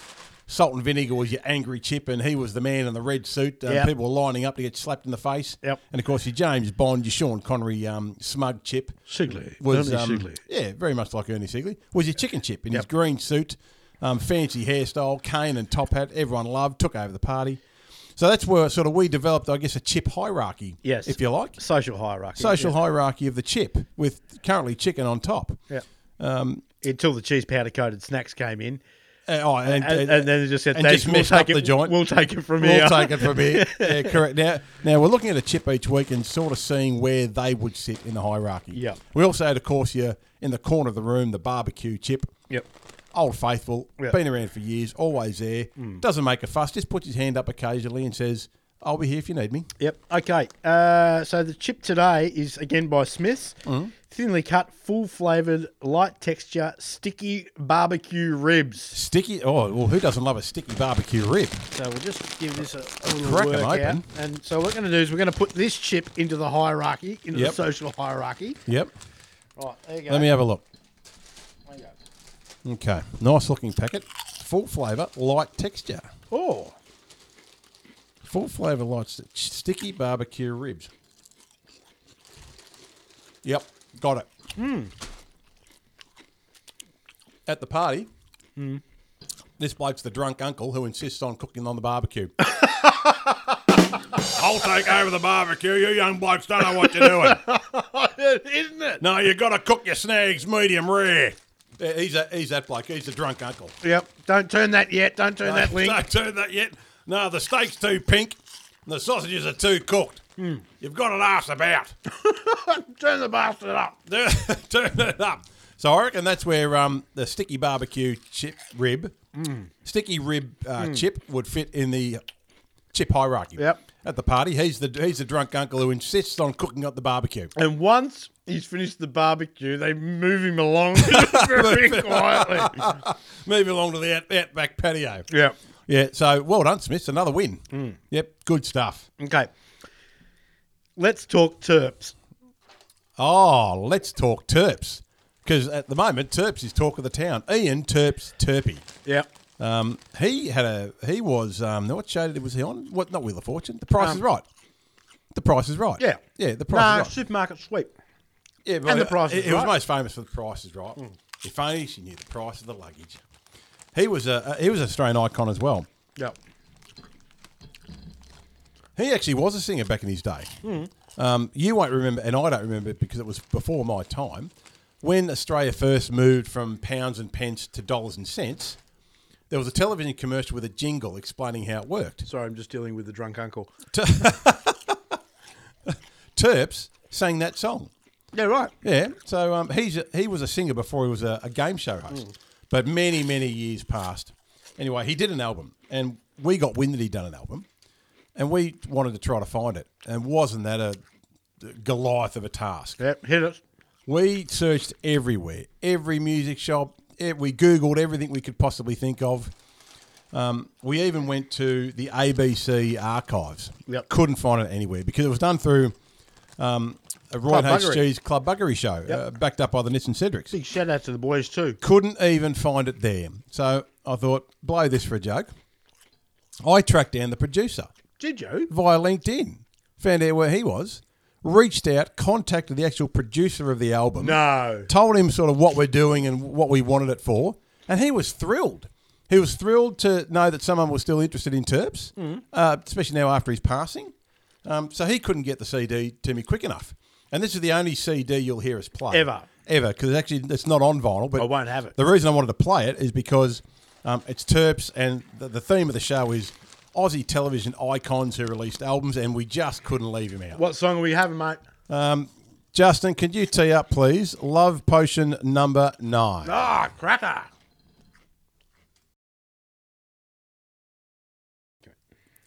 S2: Salt and vinegar was your angry chip, and he was the man in the red suit. Um,
S1: Yep.
S2: People were lining up to get slapped in the face.
S1: Yep.
S2: And of course, your James Bond, your Sean Connery, um, smug chip
S1: Sigley.
S2: was
S1: Ernie
S2: um,
S1: Sigley.
S2: yeah, very much like Ernie Sigley. Was your chicken chip in his
S1: Yep.
S2: green suit, um, fancy hairstyle, cane and top hat. Everyone loved. Took over the party. So that's where sort of we developed, I guess, a chip hierarchy.
S1: Yes.
S2: if you like,
S1: Social hierarchy.
S2: social hierarchy of the chip with currently chicken on top.
S1: Yeah.
S2: Um,
S1: until the cheese powder coated snacks came in,
S2: Uh, oh, and,
S1: and, and then they just said,
S2: and
S1: "Thanks,
S2: just messed
S1: we'll
S2: up
S1: take it,
S2: the joint.
S1: We'll take it from here.
S2: We'll take it from here. Yeah, correct. Now, now we're looking at a chip each week and sort of seeing where they would sit in the hierarchy.
S1: Yeah.
S2: We also had, of course, your in the corner of the room, the barbecue chip.
S1: Yep.
S2: Old faithful,
S1: Yeah. Hmm.
S2: been around for years, always there. Doesn't make a fuss. Just puts his hand up occasionally and says, "I'll be here if you need me."
S1: Yep. Okay. Uh, so the chip today is again by Smith's,
S2: Mm-hmm.
S1: thinly cut, full flavored, light texture, sticky barbecue ribs.
S2: Sticky. Oh, well, who doesn't love a sticky barbecue rib?
S1: So we'll just give this a, a little
S2: Crack 'em
S1: workout.
S2: open.
S1: And so what we're going to do is we're going to put this chip into the hierarchy, into
S2: Yep.
S1: the social hierarchy.
S2: Yep.
S1: Right. There you go.
S2: Let me have a look.
S1: There you go.
S2: Okay. Nice looking packet. Full flavour, light texture.
S1: Oh.
S2: Full flavour light st- sticky barbecue ribs. Yep, got it.
S1: Hmm.
S2: At the party,
S1: Hmm.
S2: this bloke's the drunk uncle who insists on cooking on the barbecue. I'll take over the barbecue. You young blokes don't know what you're doing.
S1: Isn't it?
S2: No, you got to cook your snags medium rare. Yeah, He's, a, he's that bloke. He's the drunk uncle.
S1: Yep. Don't turn that yet. Don't turn that link.
S2: Don't do that yet. No, the steak's too pink. And the sausages are too cooked.
S1: Hmm.
S2: You've got to ask about.
S1: Turn the bastard up.
S2: Turn it up. So I reckon that's where um, the sticky barbecue chip rib,
S1: Hmm.
S2: sticky rib uh, chip would fit in the chip hierarchy.
S1: Yep.
S2: At the party, he's the he's the drunk uncle who insists on cooking up the barbecue.
S1: And once he's finished the barbecue, they move him along very quietly.
S2: Move along to the out, outback patio.
S1: Yep.
S2: Yeah. So well done, Smiths. Another win.
S1: Hmm.
S2: Yep. Good stuff.
S1: Okay. Let's talk terps.
S2: Oh, let's talk Terps. Because at the moment, Terps is talk of the town. Ian Terps Terpy.
S1: Yeah.
S2: Um, he had a he was um, what shade was he on? What not Wheel of Fortune? The Price is
S1: Um,
S2: Right. The Price is Right.
S1: Yeah.
S2: yeah. The Price
S1: Nah,
S2: is Right.
S1: supermarket sweep.
S2: yeah, but
S1: and The Price
S2: he,
S1: is
S2: he was
S1: Right. Hmm.
S2: most famous for The Price is Right. If only she knew the price of the luggage. He was a he was an Australian icon as well.
S1: Yeah.
S2: He actually was a singer back in his day. Um, you won't remember, and I don't remember it because it was before my time. When Australia first moved from pounds and pence to dollars and cents, there was a television commercial with a jingle explaining how it worked.
S1: Sorry, I'm just dealing with the drunk uncle.
S2: Terps sang that song.
S1: Yeah, right.
S2: Yeah, so um, he's a, he was a singer before he was a, a game show host, but many many years passed. Anyway, he did an album, and we got wind that he'd done an album, and we wanted to try to find it, and wasn't that a Goliath of a task?
S1: Yep, hit it.
S2: We searched everywhere, every music shop. eh, We Googled everything we could possibly think of. Um, we even went to the ABC archives.
S1: Yep.
S2: Couldn't find it anywhere because it was done through um, a Roy
S1: Club Buggery.
S2: HG's Club Buggery show, uh, backed up by the Nissan Cedrics.
S1: Big shout out to the boys too.
S2: Couldn't even find it there. So I thought, blow this for a joke. I tracked down the producer
S1: Did you?
S2: via LinkedIn, found out where he was, reached out, contacted the actual producer of the album
S1: No.
S2: told him sort of what we're doing and what we wanted it for, and he was thrilled. He was thrilled to know that someone was still interested in Terps,
S1: Mm.
S2: uh, especially now after his passing. Um, so he couldn't get the CD to me quick enough, and this is the only CD you'll hear us play
S1: Ever.
S2: ever because actually it's not on vinyl. But
S1: I won't have it.
S2: The reason I wanted to play it is because um, it's Terps, and the, the theme of the show is Aussie television icons who released albums, and we just couldn't leave him out.
S1: What song are we having, mate?
S2: Justin, could you tee up, please? Love Potion number nine.
S1: Ah, cracker.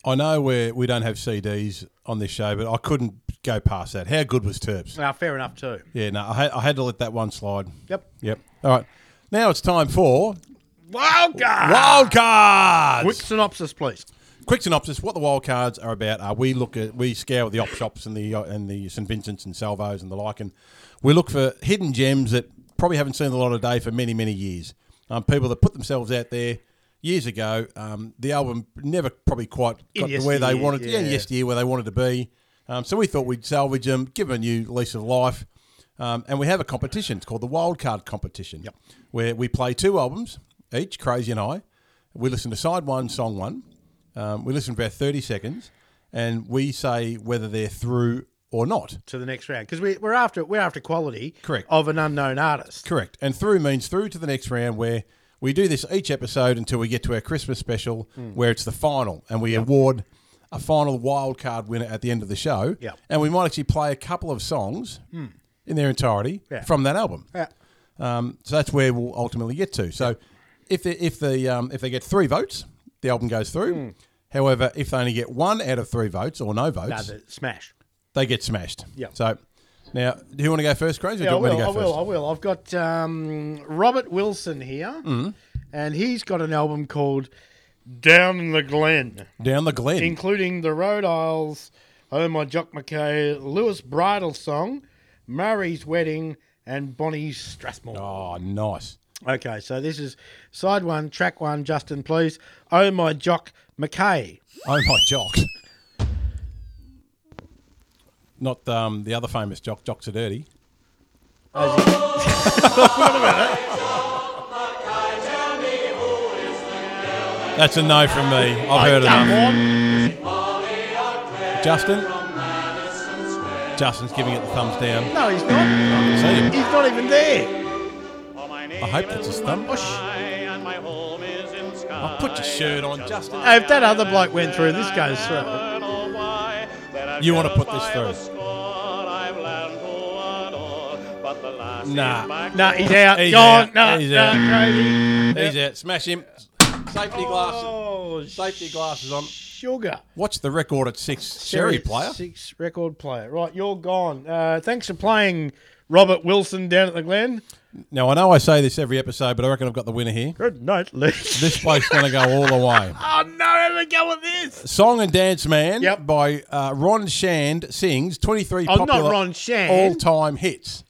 S2: I know we're, we don't have CDs on this show, but I couldn't go past that. How good was Terps?
S1: Now, Ah, fair enough too.
S2: Yeah, no, I had, I had to let that one slide.
S1: Yep.
S2: Yep. All right. Now it's time for
S1: Wild card.
S2: wild cards.
S1: Ah. Quick synopsis, please.
S2: Quick synopsis: What the wild cards are about? Are we look at we scour the op shops and the uh, and the St Vincent's and Salvos and the like, and we look for hidden gems that probably haven't seen the light of day for many many years. Um, people that put themselves out there years ago. Um, the album never probably quite
S1: In
S2: got to where they
S1: yesteryear,
S2: wanted. Yeah, in
S1: yeah.
S2: yesteryear where they wanted to be. Um, so we thought we'd salvage them, give them a new lease of life. Um, and we have a competition. It's called the Wild Card Competition, yep. where we play two albums each, Crazy and I. We listen to side one, song one. Um, we listen for about 30 seconds, and we say whether they're through or not.
S1: to the next round because we, we're after we're after quality
S2: Correct.
S1: of an unknown artist.
S2: Correct. And through means through to the next round where we do this each episode until we get to our Christmas special
S1: Hmm.
S2: where it's the final and we award a final wild card winner at the end of the show.
S1: Yep.
S2: And we might actually play a couple of songs in their entirety
S1: Hmm. Yeah.
S2: from that album.
S1: Yeah.
S2: Um, so that's where we'll ultimately get to. So if they, if the um, if they get three votes, the album goes through.
S1: Hmm.
S2: However, if they only get one out of three votes or no votes,
S1: No, the Uh, smash.
S2: they get smashed.
S1: Yep.
S2: So now, do you want to go first, Crazy?
S1: Yeah, I
S2: or do
S1: will.
S2: you want me
S1: I
S2: to go
S1: will.
S2: first?
S1: I will. I've got um, Robert Wilson here,
S2: Mm-hmm.
S1: and he's got an album called Down in the Glen,
S2: Down the Glen.
S1: including the Rhode Isles, Oh My Jock McKay, Lewis Bridal Song, Murray's Wedding, and Bonnie Strathmore.
S2: Oh, nice.
S1: Okay, so this is side one, track one. Justin, please. Oh My Jock McKay.
S2: Oh my jock. Not um, the other famous jock, Jocks are dirty. That's a no from me. I've heard
S1: Come
S2: enough.
S1: on.
S2: Justin? Justin's giving it the thumbs down.
S1: No, he's not.
S2: I can see him.
S1: He's not even there.
S2: I hope that's his thumb. I'll put your shirt on, Justin.
S1: Hey, if that other bloke went through, this goes through.
S2: You want to put this through? Nah.
S1: No, he's out.
S2: He's
S1: Gone.
S2: out.
S1: No,
S2: He's
S1: no,
S2: out.
S1: crazy.
S2: He's out. Smash him. Safety glasses.
S1: Oh,
S2: Safety glasses on.
S1: Sugar.
S2: What's the record at six? Sherry player.
S1: Six record player. Right, you're gone. Uh, thanks for playing Robert Wilson down at the Glen.
S2: Now I know I say this every episode, but I reckon I've got the winner here.
S1: Good night, Lee.
S2: This bloke's going to go all the way.
S1: oh, no, how do we go with this?
S2: Song and Dance Man
S1: Yep.
S2: by uh, Ron Shand sings 23
S1: Oh, not
S2: popular
S1: Ron Shand.
S2: all-time hits.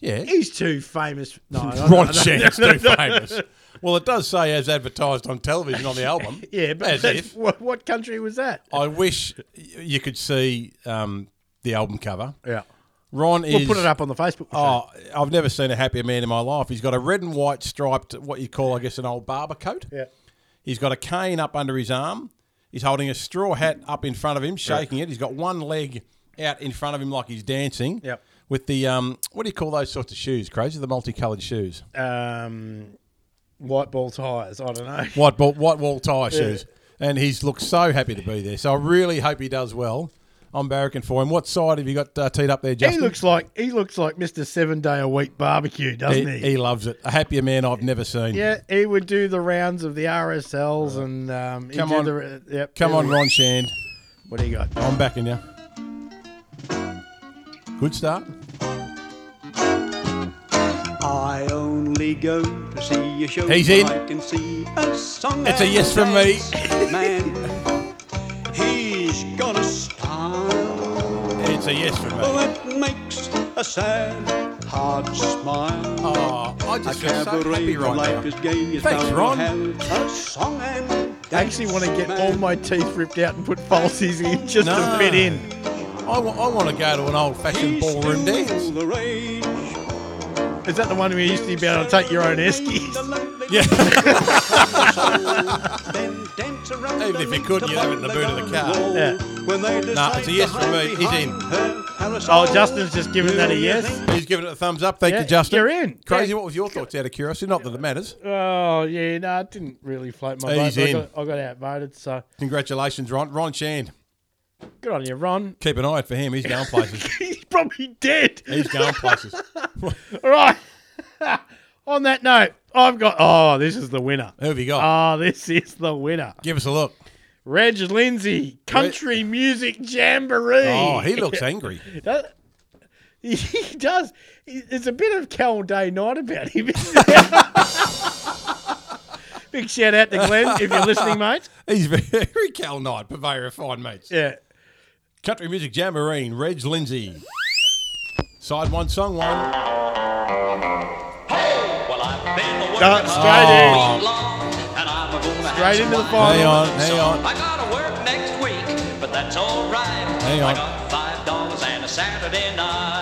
S2: Yeah.
S1: He's too famous. No, I don't
S2: Ron
S1: know.
S2: Shand's too famous. Well, it does say as advertised on television on the album.
S1: Yeah, but
S2: as
S1: that's-
S2: if. Oh,
S1: what, what country was that?
S2: I wish y- you could see um, the album cover.
S1: Yeah.
S2: Ron is
S1: We'll put it up on the Facebook.
S2: Oh, I've never seen a happier man in my life. He's got a red and white striped, what you call, I guess, an old barber coat.
S1: Yeah.
S2: He's got a cane up under his arm. He's holding a straw hat up in front of him, shaking it. He's got one leg out in front of him like he's dancing.
S1: Yep.
S2: With the um, what do you call those sorts of shoes? Crazy, the multicolored shoes,
S1: Um, white ball tires. I don't know.
S2: white ball, white wall tie shoes. And he's looked so happy to be there. So I really hope he does well. I'm barracking for him. What side have you got uh, teed up there, Justin?
S1: He looks like he looks like Mr. Seven Day a Week Barbecue, doesn't
S2: he, he loves it. A happier man I've never seen.
S1: Yeah, he would do the rounds of the RSLs and um, he'd
S2: Uh, Come
S1: do
S2: on.
S1: the- yep,
S2: Come
S1: do
S2: on,
S1: the-
S2: Ron Shand.
S1: What do you got?
S2: I'm backing you. Good start.
S3: I only go to see a show.
S2: He's
S3: so
S2: in.
S3: I can see a song.
S2: It's a
S3: and
S2: yes from me.
S3: dance Man, he's got a style
S2: It's a yes for me.
S3: that makes a sad heart smile.
S2: Oh, I
S3: A
S2: just feel so
S3: cabaret
S2: happy
S3: where life
S2: right
S3: is
S2: now.
S3: gay is
S2: Thanks,
S3: bound to
S2: Ron.
S3: have a song and
S1: I actually want to get
S3: dance
S1: all
S3: man.
S1: my teeth ripped out and put falsies in just
S2: No.
S1: to fit in.
S2: I want to go to an old-fashioned
S3: He's
S2: ballroom
S3: still
S2: dance.
S3: the rage.
S1: Is that the one we used to be able to take your own eskies?
S2: Yeah.
S3: Then dance around
S2: Even if you
S3: link
S2: could, you'd have it in the
S3: above
S2: boot of the car.
S3: garden wall.
S1: Yeah.
S3: When they decide
S2: it's a
S3: to
S2: yes from
S3: hide
S2: me. He's
S3: behind
S2: in.
S3: her parasol,
S1: Oh, Justin's just giving that a
S3: do you
S1: yes.
S3: think
S2: He's giving it a thumbs up. Thank
S1: Yeah,
S2: you, Justin.
S1: you're in.
S2: Crazy.
S1: Yeah.
S2: What was your thoughts out of curiosity? Not that it matters.
S1: Oh yeah, no, it didn't really float my boat.
S2: He's
S1: I
S2: in.
S1: got, I got outvoted, so
S2: Congratulations, Ron. Ron Shand.
S1: good on you, Ron.
S2: Keep an eye out for him. He's going places.
S1: He's probably dead.
S2: He's going places.
S1: All right. On that note, I've got. Oh, this is the winner.
S2: Who have you got?
S1: Oh, this is the winner.
S2: Give us a look.
S1: Reg Lindsay, country music jamboree.
S2: Oh, he looks angry.
S1: That- he does. He- There's a bit of Cal Day Night about him. Big shout out to Glenn if you're listening, mate.
S2: He's very Cal Knight, purveyor of fine mates.
S1: Yeah.
S2: Country Music Jamboree, Reg Lindsay. Side one, song one.
S1: Done. Uh, Straight in. Straight into the
S2: Oh. Hang
S1: final.
S2: on, hang on.
S8: I gotta work next week, but that's alright.
S2: Hang on.
S8: I got five dollars and a Saturday night.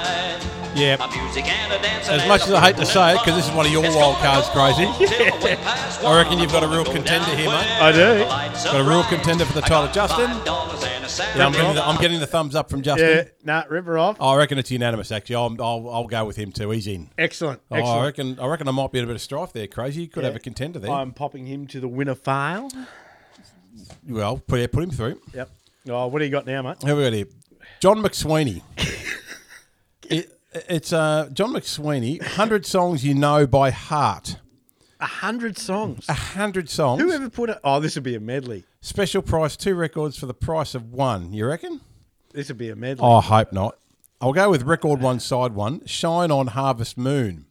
S2: Yeah.
S8: A music and a dance.
S2: As much as I hate to say it, 'cause this is one of your wild cards, Crazy. I reckon you've got a real contender here, mate.
S1: I do.
S2: Got a real contender for the title. Justin?
S8: Five dollars and a
S2: Yeah, I'm,
S8: Saturday
S2: getting the, I'm
S8: night.
S2: getting the thumbs up from Justin. Oh,
S1: Yeah, nah, river off.
S2: I reckon it's unanimous. Actually, I'll, I'll, I'll go with him too. He's in.
S1: Excellent.
S2: Oh, I
S1: Excellent.
S2: reckon I reckon I might be in a bit of strife there. Crazy, you could have a contender there.
S1: I'm popping him to the winner file.
S2: well, put yeah, put him through.
S1: Yep. Oh, what do you got now, mate?
S2: Here we got here. John McSweeney. It- it's uh, John McSweeney. Hundred songs you know by heart.
S1: A hundred songs.
S2: Hundred songs.
S1: Whoever put it. Oh, this would be a medley.
S2: Special price, two records for the price of one. You reckon?
S1: This would be a medley.
S2: Oh, I hope not. I'll go with record one, side one. Shine on Harvest Moon.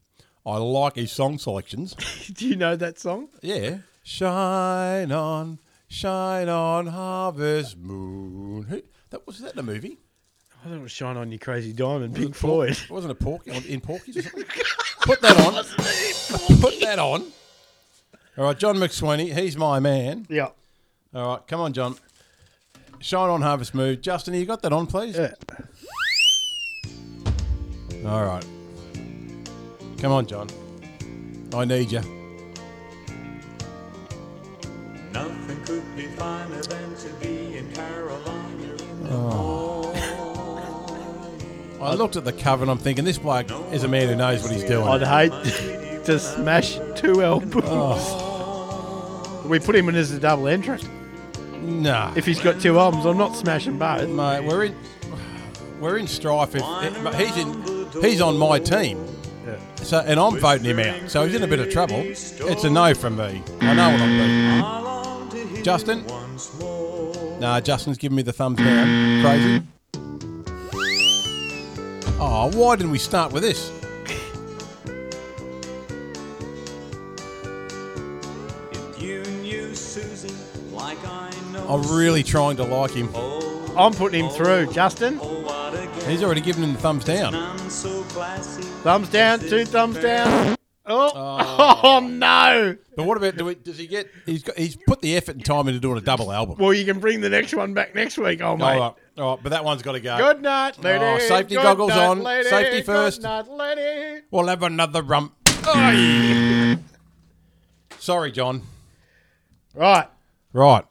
S2: I like his song selections.
S1: Do you know that song?
S2: Yeah. Shine on, shine on, harvest moon. Who, that was that in a movie?
S1: I thought it was "Shine on You Crazy Diamond," Pink
S2: Pork-
S1: Floyd.
S2: wasn't it Porky on, in Porky's or something? Put that on. Put that on. All right, John McSweeney, he's my man.
S1: yeah.
S2: All right, come on, John. Shine on, harvest moon. Justin, you got that on, please.
S1: Yeah.
S2: All right. Come on, John. I need you.
S5: Nothing could be finer than to be in Carolina.
S2: Oh. I looked at the cover and I'm thinking this bloke is a man who knows what he's doing.
S1: I'd hate to smash two albums.
S2: Oh.
S1: We put him in as a double entrant.
S2: nah.
S1: If he's got two albums, I'm not smashing both.
S2: Mate, we're in we're in strife. If, if- but he's in he's on my team, so and I'm voting him out. So he's in a bit of trouble. It's a no from me. I know what I'm doing. Justin, nah, Justin's giving me the thumbs down. Crazy. Oh, why didn't we start with this?
S5: If you knew Susan like I know,
S2: I'm really trying to like him.
S1: I'm putting him through. Justin,
S5: oh, what a gal.
S2: He's already given him the thumbs down.
S5: I'm so classy.
S1: thumbs down, two thumbs down. Oh, oh no.
S2: But what about do we, does he get? He's got, he's put the effort and time into doing a double album.
S1: Well, you can bring the next one back next week, oh
S2: All
S1: mate.
S2: right, all right, but that one's got to go.
S1: Good night, lady.
S2: Oh, safety
S1: Good
S2: goggles
S1: night,
S2: on.
S1: lady.
S2: Safety
S1: Good
S2: first.
S1: night, lady.
S2: We'll have another rump. Sorry, John.
S1: Right,
S2: Right.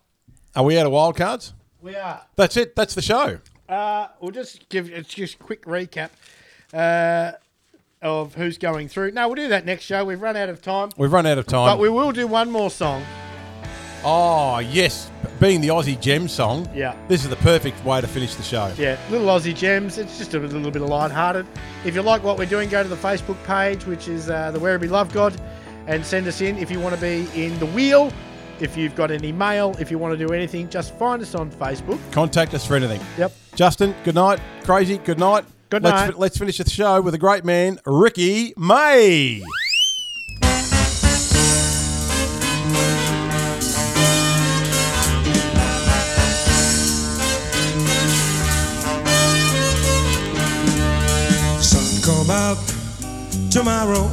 S2: Are we out of wild cards?
S1: we are.
S2: That's it. That's the show.
S1: Uh, we'll just give it's just a quick recap uh, of who's going through. No, we'll do that next show. We've run out of time,
S2: We've run out of time.
S1: but we will do one more song.
S2: oh, yes. Being the Aussie Gem song.
S1: Yeah.
S2: This is the perfect way to finish the show.
S1: Yeah, little Aussie gems. It's just a little bit of lighthearted. If you like what we're doing, go to the Facebook page, which is uh, the Werribee Love God, and send us in if you want to be in the wheel. If you've got any mail, if you want to do anything, just find us on Facebook.
S2: Contact us for anything.
S1: Yep.
S2: Justin, good night. Crazy, good night.
S1: Good
S2: Let's,
S1: night.
S2: let's finish the show with a great man, Ricky May.
S9: Sun come out tomorrow.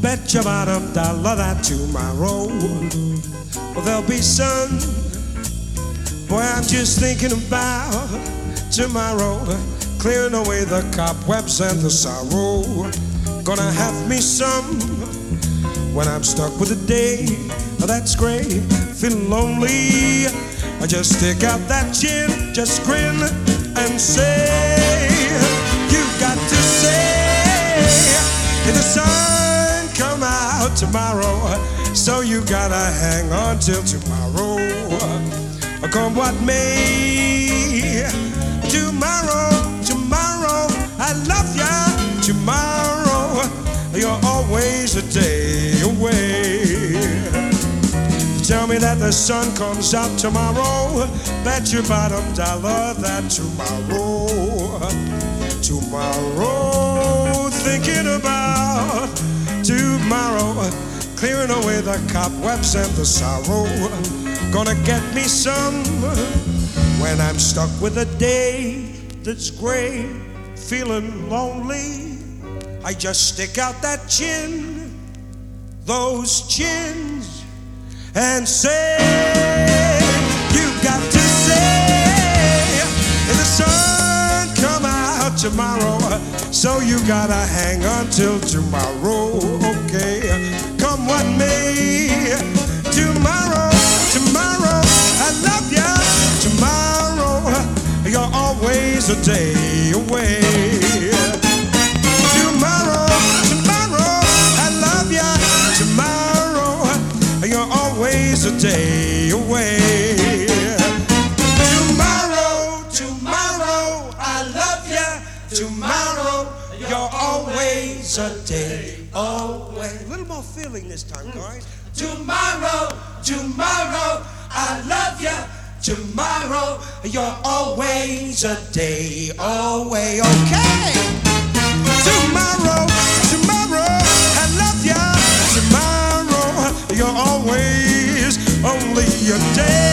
S9: Bet your bottom dollar that tomorrow well, there'll be sun. Boy, I'm just thinking about tomorrow, clearing away the cobwebs and the sorrow. Gonna have me some when I'm stuck with a day that's gray, feeling lonely. I just stick out that chin, just grin and say, You got to say, if the sun come out tomorrow, so you gotta hang on till tomorrow. Come what may, tomorrow, tomorrow, I love ya. Tomorrow, you're always a day away. Tell me that the sun comes up tomorrow. Bet your bottom dollar that tomorrow, tomorrow, thinking about tomorrow, clearing away the cobwebs and the sorrow. Gonna get me some when I'm stuck with a day that's gray, feeling lonely. I just stick out that chin, those chins and say you got to say if the sun come out tomorrow so you gotta hang on till tomorrow okay come what may tomorrow tomorrow i love ya tomorrow You're always a day away. Tomorrow, tomorrow, I love ya. Tomorrow, you're always a day away. Tomorrow, tomorrow, I love ya. Tomorrow, you're always a day away. A little more feeling this time, guys. Tomorrow, tomorrow, I love ya. Tomorrow, you're always a day away. Okay. Tomorrow, tomorrow, I love ya. Tomorrow, you're always only a day